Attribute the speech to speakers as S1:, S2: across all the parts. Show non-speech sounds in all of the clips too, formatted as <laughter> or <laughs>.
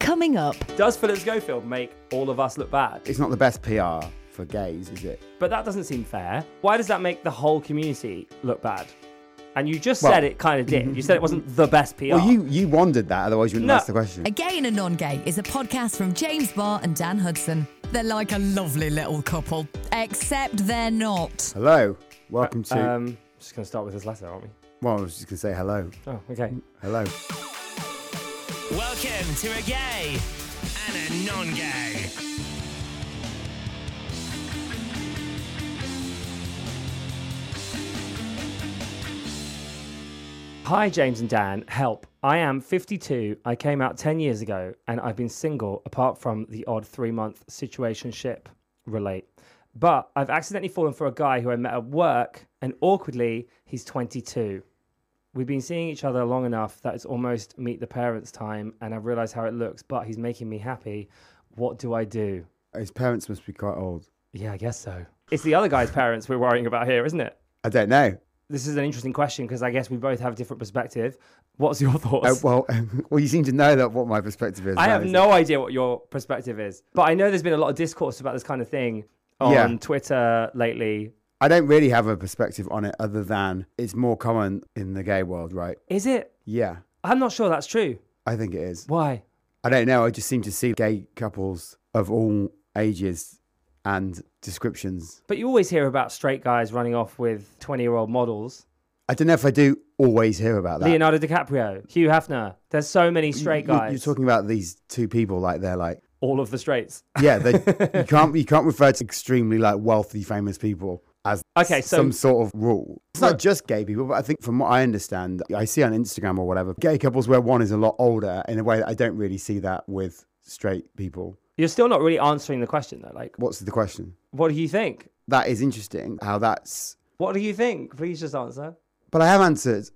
S1: coming up.
S2: Does Philip Schofield make all of us look bad?
S3: It's not the best PR for gays, is it?
S2: But that doesn't seem fair. Why does that make the whole community look bad? And you just
S3: Well-
S2: said it kind of did. You said it
S3: <laughs>
S2: wasn't the best PR.
S3: Well, you you wondered that, otherwise you wouldn't
S2: No.
S3: ask the question.
S1: A Gay and a Non Gay is a podcast from James Barr and Dan Hudson. They're like a lovely little couple, except they're not.
S3: Hello, welcome to.
S2: Um, just going to start with this letter, aren't we?
S3: well, I was just gonna say hello,
S2: Oh, okay.
S3: hello.
S4: Welcome to a gay and a non gay.
S2: Hi, James and Dan. Help. I am 52. I came out 10 years ago and I've been single apart from the odd three month situationship. Relate. But I've accidentally fallen for a guy who I met at work and awkwardly, he's 22. We've been seeing each other long enough that it's almost meet the parents time and I realize how it looks, but he's making me happy. What do I do?
S3: His parents must be quite old.
S2: Yeah, I guess so. It's the other guy's parents we're worrying about here, isn't it?
S3: I don't know.
S2: This is an interesting question because I guess we both have different perspective. What's your <laughs> thoughts?
S3: Uh, well, <laughs> well, you seem to know that what my perspective is.
S2: I
S3: now,
S2: have
S3: is it?
S2: no idea what your perspective is, but I know there's been a lot of discourse about this kind of thing on
S3: Yeah.
S2: Twitter lately.
S3: I don't really have a perspective on it, other than it's more common in the gay world, right?
S2: Is it?
S3: Yeah,
S2: I'm not sure that's true.
S3: I think it is.
S2: Why?
S3: I don't know. I just seem to see gay couples of all ages and descriptions.
S2: But you always hear about straight guys running off with 20 year old models.
S3: I don't know if I do always hear about that.
S2: Uh, Leonardo DiCaprio, Hugh Hefner. There's so many straight
S3: You-
S2: guys.
S3: You're talking about these two people, like they're like,
S2: all of the straights.
S3: yeah, they,
S2: <laughs>
S3: you can't you can't refer to extremely like wealthy, famous people as
S2: Okay,
S3: s-
S2: so-
S3: some sort of rule. It's not just gay people, but I think from what I understand, I see on Instagram or whatever, gay couples where one is a lot older in a way that I don't really see that with straight people.
S2: You're still not really answering the question though. Like,
S3: What's the question?
S2: what do you think?
S3: That is interesting. How that's,
S2: What do you think? Please just answer.
S3: but I have answered.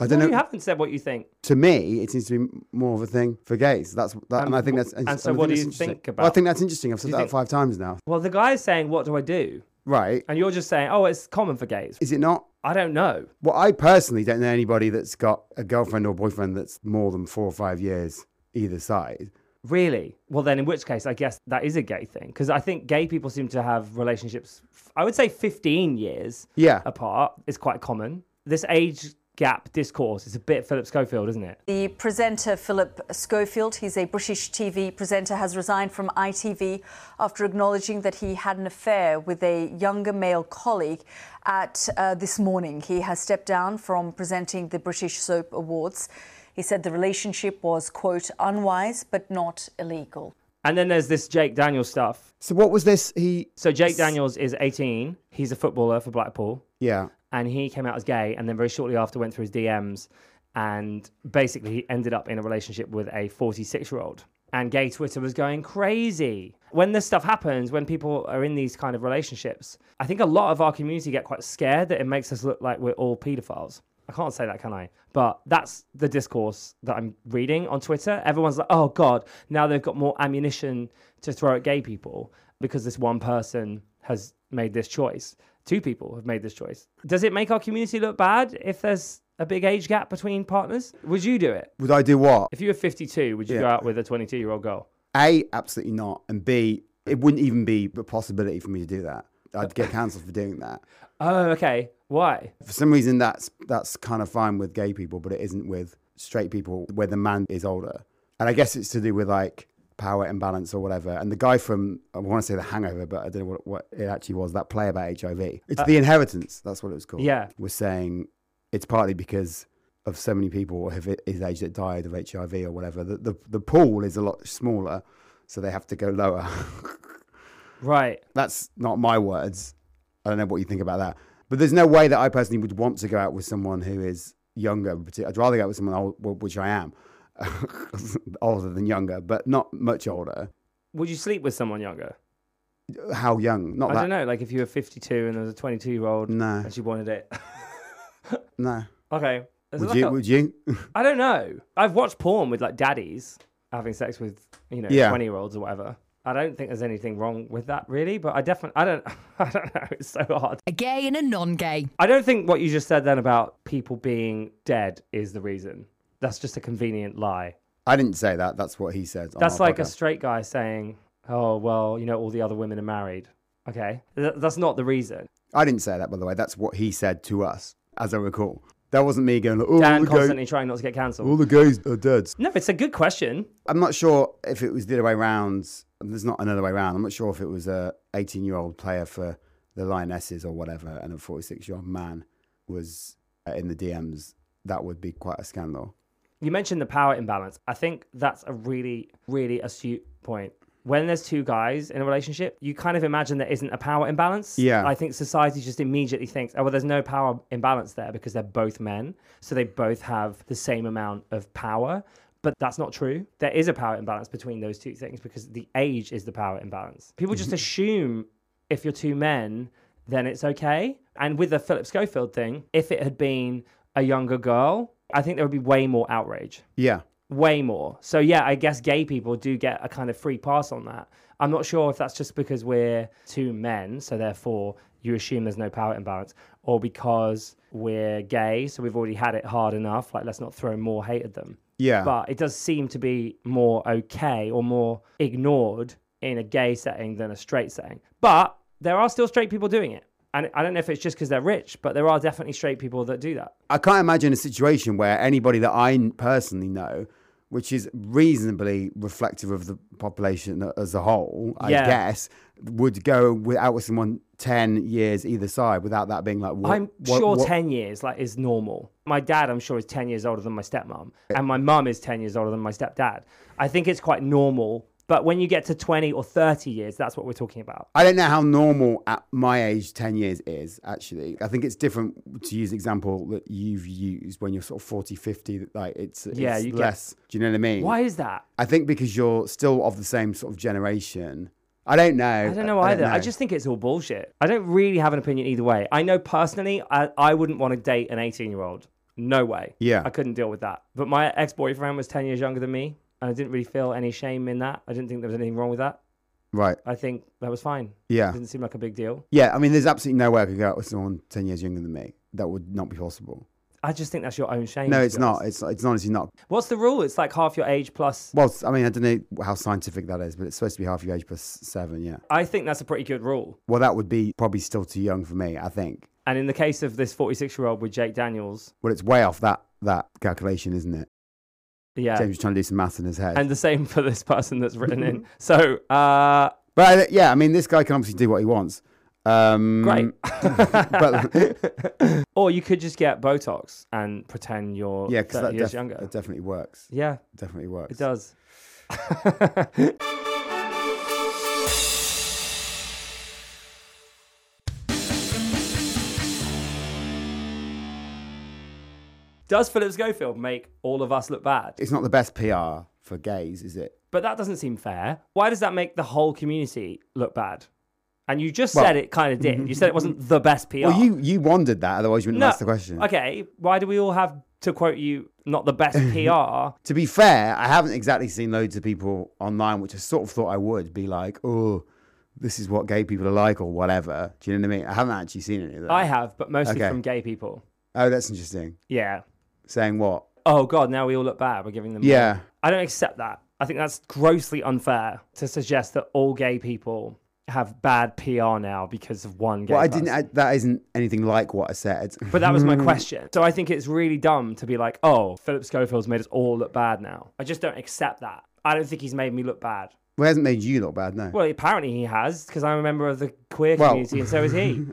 S3: I don't
S2: No,
S3: know.
S2: you haven't said what you think.
S3: to me, it seems to be more of a thing for gays. That's that, and
S2: And
S3: I think
S2: wh-
S3: that's.
S2: and
S3: I
S2: so what do
S3: that's
S2: you
S3: interesting.
S2: think
S3: Well, I
S2: about-
S3: think that's interesting. I've said
S2: you
S3: that
S2: think-
S3: five times now.
S2: Well, the guy is saying, "What do I do?"
S3: Right?
S2: And you're just saying, "Oh, it's common for gays."
S3: Is it not?
S2: I don't know.
S3: Well, I personally don't know anybody that's got a girlfriend or boyfriend that's more than four or five years either side.
S2: Really? Well, then, in which case, I guess that is a gay thing because I think gay people seem to have relationships. f- I would say fifteen years
S3: Yeah.
S2: apart is quite common. This age gap discourse is a bit Philip Schofield, isn't it?
S5: The presenter Philip Schofield, he's a British TV presenter, has resigned from ITV after acknowledging that he had an affair with a younger male colleague at uh, this morning. He has stepped down from presenting the British Soap Awards. He said the relationship was, quote, unwise but not illegal.
S2: And then there's this Jake Daniels stuff.
S3: So what was this? He.
S2: So Jake Daniels is eighteen. He's a footballer for Blackpool,
S3: Yeah.
S2: and he came out as gay, and then very shortly after went through his DMs, and basically he ended up in a relationship with a 46 year old. And gay Twitter was going crazy. When this stuff happens, when people are in these kind of relationships, I think a lot of our community get quite scared that it makes us look like we're all paedophiles. I can't say that, can I? But that's the discourse that I'm reading on Twitter. Everyone's like, oh God, now they've got more ammunition to throw at gay people because this one person has made this choice. Two people have made this choice. Does it make our community look bad if there's a big age gap between partners? Would you do it?
S3: Would I do what?
S2: If you were 52, would you go
S3: Yeah.
S2: out with a 22 year old girl?
S3: A. Absolutely not. And B. It wouldn't even be a possibility for me to do that. I'd get cancelled for doing that.
S2: Oh, okay. Why?
S3: For some reason, that's that's kind of fine with gay people, but it isn't with straight people where the man is older. And I guess it's to do with like power imbalance or whatever. And the guy from I want to say The Hangover, but I don't know what, what it actually was. That play about HIV. It's The Inheritance. That's what it was called.
S2: Yeah.
S3: was saying it's partly because of so many people of his age that died of HIV or whatever. The the, the pool is a lot smaller, so they have to go lower. <laughs>
S2: Right.
S3: that's not my words. I don't know what you think about that. But there's no way that I personally would want to go out with someone who is younger. parti- I'd rather go out with someone old, well, which I am, <laughs> older than younger, but not much older.
S2: Would you sleep with someone younger?
S3: How young? Not
S2: I
S3: that.
S2: don't know. Like if you were 52 and there was a 22 year old
S3: No.
S2: and she wanted it. <laughs>
S3: No.
S2: okay. There's
S3: Would
S2: like
S3: you?
S2: a-
S3: Would you? <laughs>
S2: I don't know. I've watched porn with like daddies having sex with you know
S3: Yeah.
S2: twenty year olds or whatever. I don't think there's anything wrong with that really, but I definitely I don't <laughs> I don't know. It's so hard.
S1: A gay and a non gay.
S2: I don't think what you just said then about people being dead is the reason. That's just a convenient lie.
S3: I didn't say that. That's what he said. on
S2: That's
S3: our
S2: like a
S3: podcast.
S2: straight guy saying, "Oh well, you know, all the other women are married." Okay, Th- that's not the reason.
S3: I didn't say that, by the way. That's what he said to us, as I recall. That wasn't me going, like, oh, all
S2: Dan
S3: the,
S2: constantly
S3: gay-
S2: trying not to get cancelled.
S3: all the gays are dead.
S2: No, it's a good question.
S3: I'm not sure if it was the other way round. There's not another way round. I'm not sure if it was a 18 year old player for the Lionesses or whatever, and a 46 year old man was uh, in the DMs. That would be quite a scandal.
S2: You mentioned the power imbalance. I think that's a really, really astute point. When there's two guys in a relationship, you kind of imagine there isn't a power imbalance.
S3: Yeah.
S2: I think society just immediately thinks, oh, well, there's no power imbalance there because they're both men. So they both have the same amount of power. But that's not true. There is a power imbalance between those two things because the age is the power imbalance. People just assume if you're two men, then it's okay. And with the Philip Schofield thing, if it had been a younger girl, I think there would be way more outrage
S3: Yeah.
S2: way more. So yeah, I guess gay people do get a kind of free pass on that. I'm not sure if that's just because we're two men, so therefore you assume there's no power imbalance, or because we're gay, so we've already had it hard enough. Like let's not throw more hate at them.
S3: Yeah.
S2: But it does seem to be more okay or more ignored in a gay setting than a straight setting. But there are still straight people doing it. And I don't know if it's just because they're rich, but there are definitely straight people that do that.
S3: I can't imagine a situation where anybody that I n- personally know, which is reasonably reflective of the population a- as a whole, I
S2: Yeah.
S3: guess, would go without with someone 10 years either side without that being like, what,
S2: I'm
S3: what-
S2: sure
S3: what-
S2: 10 years like is normal. My dad, I'm sure, is 10 years older than my stepmom, and my mum is 10 years older than my stepdad. I think it's quite normal. But when you get to 20 or 30 years, that's what we're talking about.
S3: I don't know how normal at my age 10 years is, actually. I think it's different to use the example that you've used when you're sort of 40, 50, that, like it's,
S2: Yeah,
S3: it's
S2: you get-
S3: less. Do you know what I mean?
S2: Why is that?
S3: I think because you're still of the same sort of generation. I don't know.
S2: I don't know either. I,
S3: know.
S2: just think it's all bullshit. I don't really have an opinion either way. I know personally, I, I wouldn't want to date an 18 year old. No way.
S3: Yeah.
S2: I couldn't deal with that. But my ex boyfriend was 10 years younger than me, and I didn't really feel any shame in that. I didn't think there was anything wrong with that.
S3: Right.
S2: I think that was fine.
S3: Yeah.
S2: It didn't seem like a big deal.
S3: Yeah, I mean, there's absolutely no way I could go out with someone ten years younger than me. That would not be possible.
S2: I just think that's your own shame.
S3: No,
S2: to
S3: it's
S2: be honest.
S3: not. It's it's honestly not.
S2: What's the rule? It's like half your age plus.
S3: Well, I mean, I don't know how scientific that is, but it's supposed to be half your age plus seven. Yeah.
S2: I think that's a pretty good rule.
S3: Well, that would be probably still too young for me. I think.
S2: And in the case of this 46 year old with Jake Daniels,
S3: Well, it's way off that that calculation, isn't it?
S2: yeah.
S3: James was trying to do some math in his head.
S2: And the same for this person that's written
S3: <laughs>
S2: in. So, uh,
S3: but I, yeah, I mean, this guy can obviously do what he wants. Um,
S2: great.
S3: <laughs> but
S2: <laughs> or you could just get Botox and pretend you're 30
S3: yeah, because that,
S2: years
S3: def-
S2: younger.
S3: that definitely works.
S2: yeah,
S3: Definitely works.
S2: it does. <laughs> Does Philip Schofield make all of us look bad?
S3: It's not the best PR for gays, is it?
S2: But that doesn't seem fair. Why does that make the whole community look bad? And you just
S3: Well-
S2: said it kind of did. You said it
S3: <laughs>
S2: wasn't the best PR.
S3: Well, you you wondered that, otherwise you wouldn't have asked the question.
S2: Okay, why do we all have to quote you not the
S3: <laughs>
S2: best PR?
S3: to be fair, I haven't exactly seen loads of people online, which I sort of thought I would be like, oh, this is what gay people are like or whatever. Do you know what I mean? I haven't actually seen any of that.
S2: I have, but mostly
S3: Okay.
S2: from gay people.
S3: oh, that's interesting.
S2: Yeah.
S3: Saying what?
S2: Oh god, now we all look bad. We're giving them.
S3: Yeah.
S2: more. I don't accept that. I think that's grossly unfair to suggest that all gay people have bad PR now because of one gay.
S3: Well, I
S2: person.
S3: didn't. Hmm. I, that isn't anything like what I
S2: <laughs>
S3: said.
S2: But that was my question. So I think it's really dumb to be like, oh, Philip Schofield's made us all look bad now. I just don't accept that. I don't think he's made me look bad.
S3: well, it hasn't made you look bad, no.
S2: Well, apparently he has, because I'm a member of the queer
S3: Well-
S2: community and so is
S3: <laughs>
S2: he.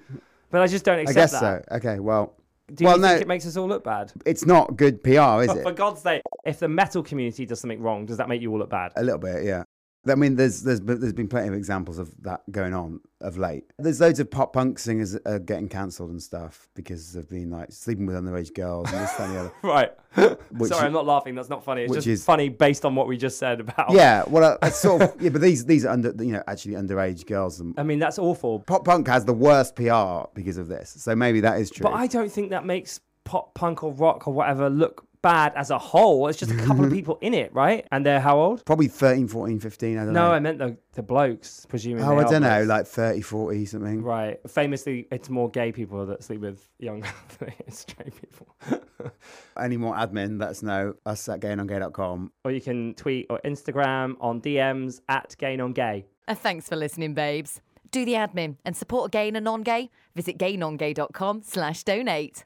S2: But I just don't
S3: I
S2: accept
S3: guess
S2: that.
S3: so. Okay. Well,
S2: Do you
S3: well,
S2: think
S3: no,
S2: it Oh, makes us all look bad?
S3: it's not good PR, is
S2: But
S3: it?
S2: for God's sake, if the metal community does something wrong, does that make you all look bad?
S3: A little bit, yeah. I mean, there's there's but there's been plenty of examples of that going on of late. There's loads of pop punk singers that are getting cancelled and stuff because they've been like sleeping with underage girls and this that,
S2: <laughs>
S3: and the other.
S2: Right.
S3: Which-
S2: Sorry, I'm not laughing. That's not funny. It's
S3: which
S2: just
S3: is-
S2: funny based on what we just said about.
S3: Yeah, well, I, I sort of yeah, but these these are under you know actually underage girls and
S2: I mean, that's awful.
S3: pop punk has the worst PR because of this. So maybe that is true.
S2: But I don't think that makes pop punk or rock or whatever look bad as a whole. It's just a couple of
S3: Mm-hmm.
S2: people in it, right? And they're how old?
S3: Probably 13, 14, 15. I don't
S2: No,
S3: know.
S2: I meant the, the blokes, presumably.
S3: oh,
S2: they
S3: I
S2: are
S3: don't know,
S2: blokes.
S3: like 30, 40, something.
S2: Right. Famously, it's more gay people that sleep with young <laughs> than it is straight people. <laughs>
S3: Any more admin, let us know. Us at gayandongay.com.
S2: or you can tweet or Instagram on DMs at gain on gay.
S1: And thanks for listening, babes. Do the admin and support a gay and a non-gay. Visit gaynongay.com slash donate.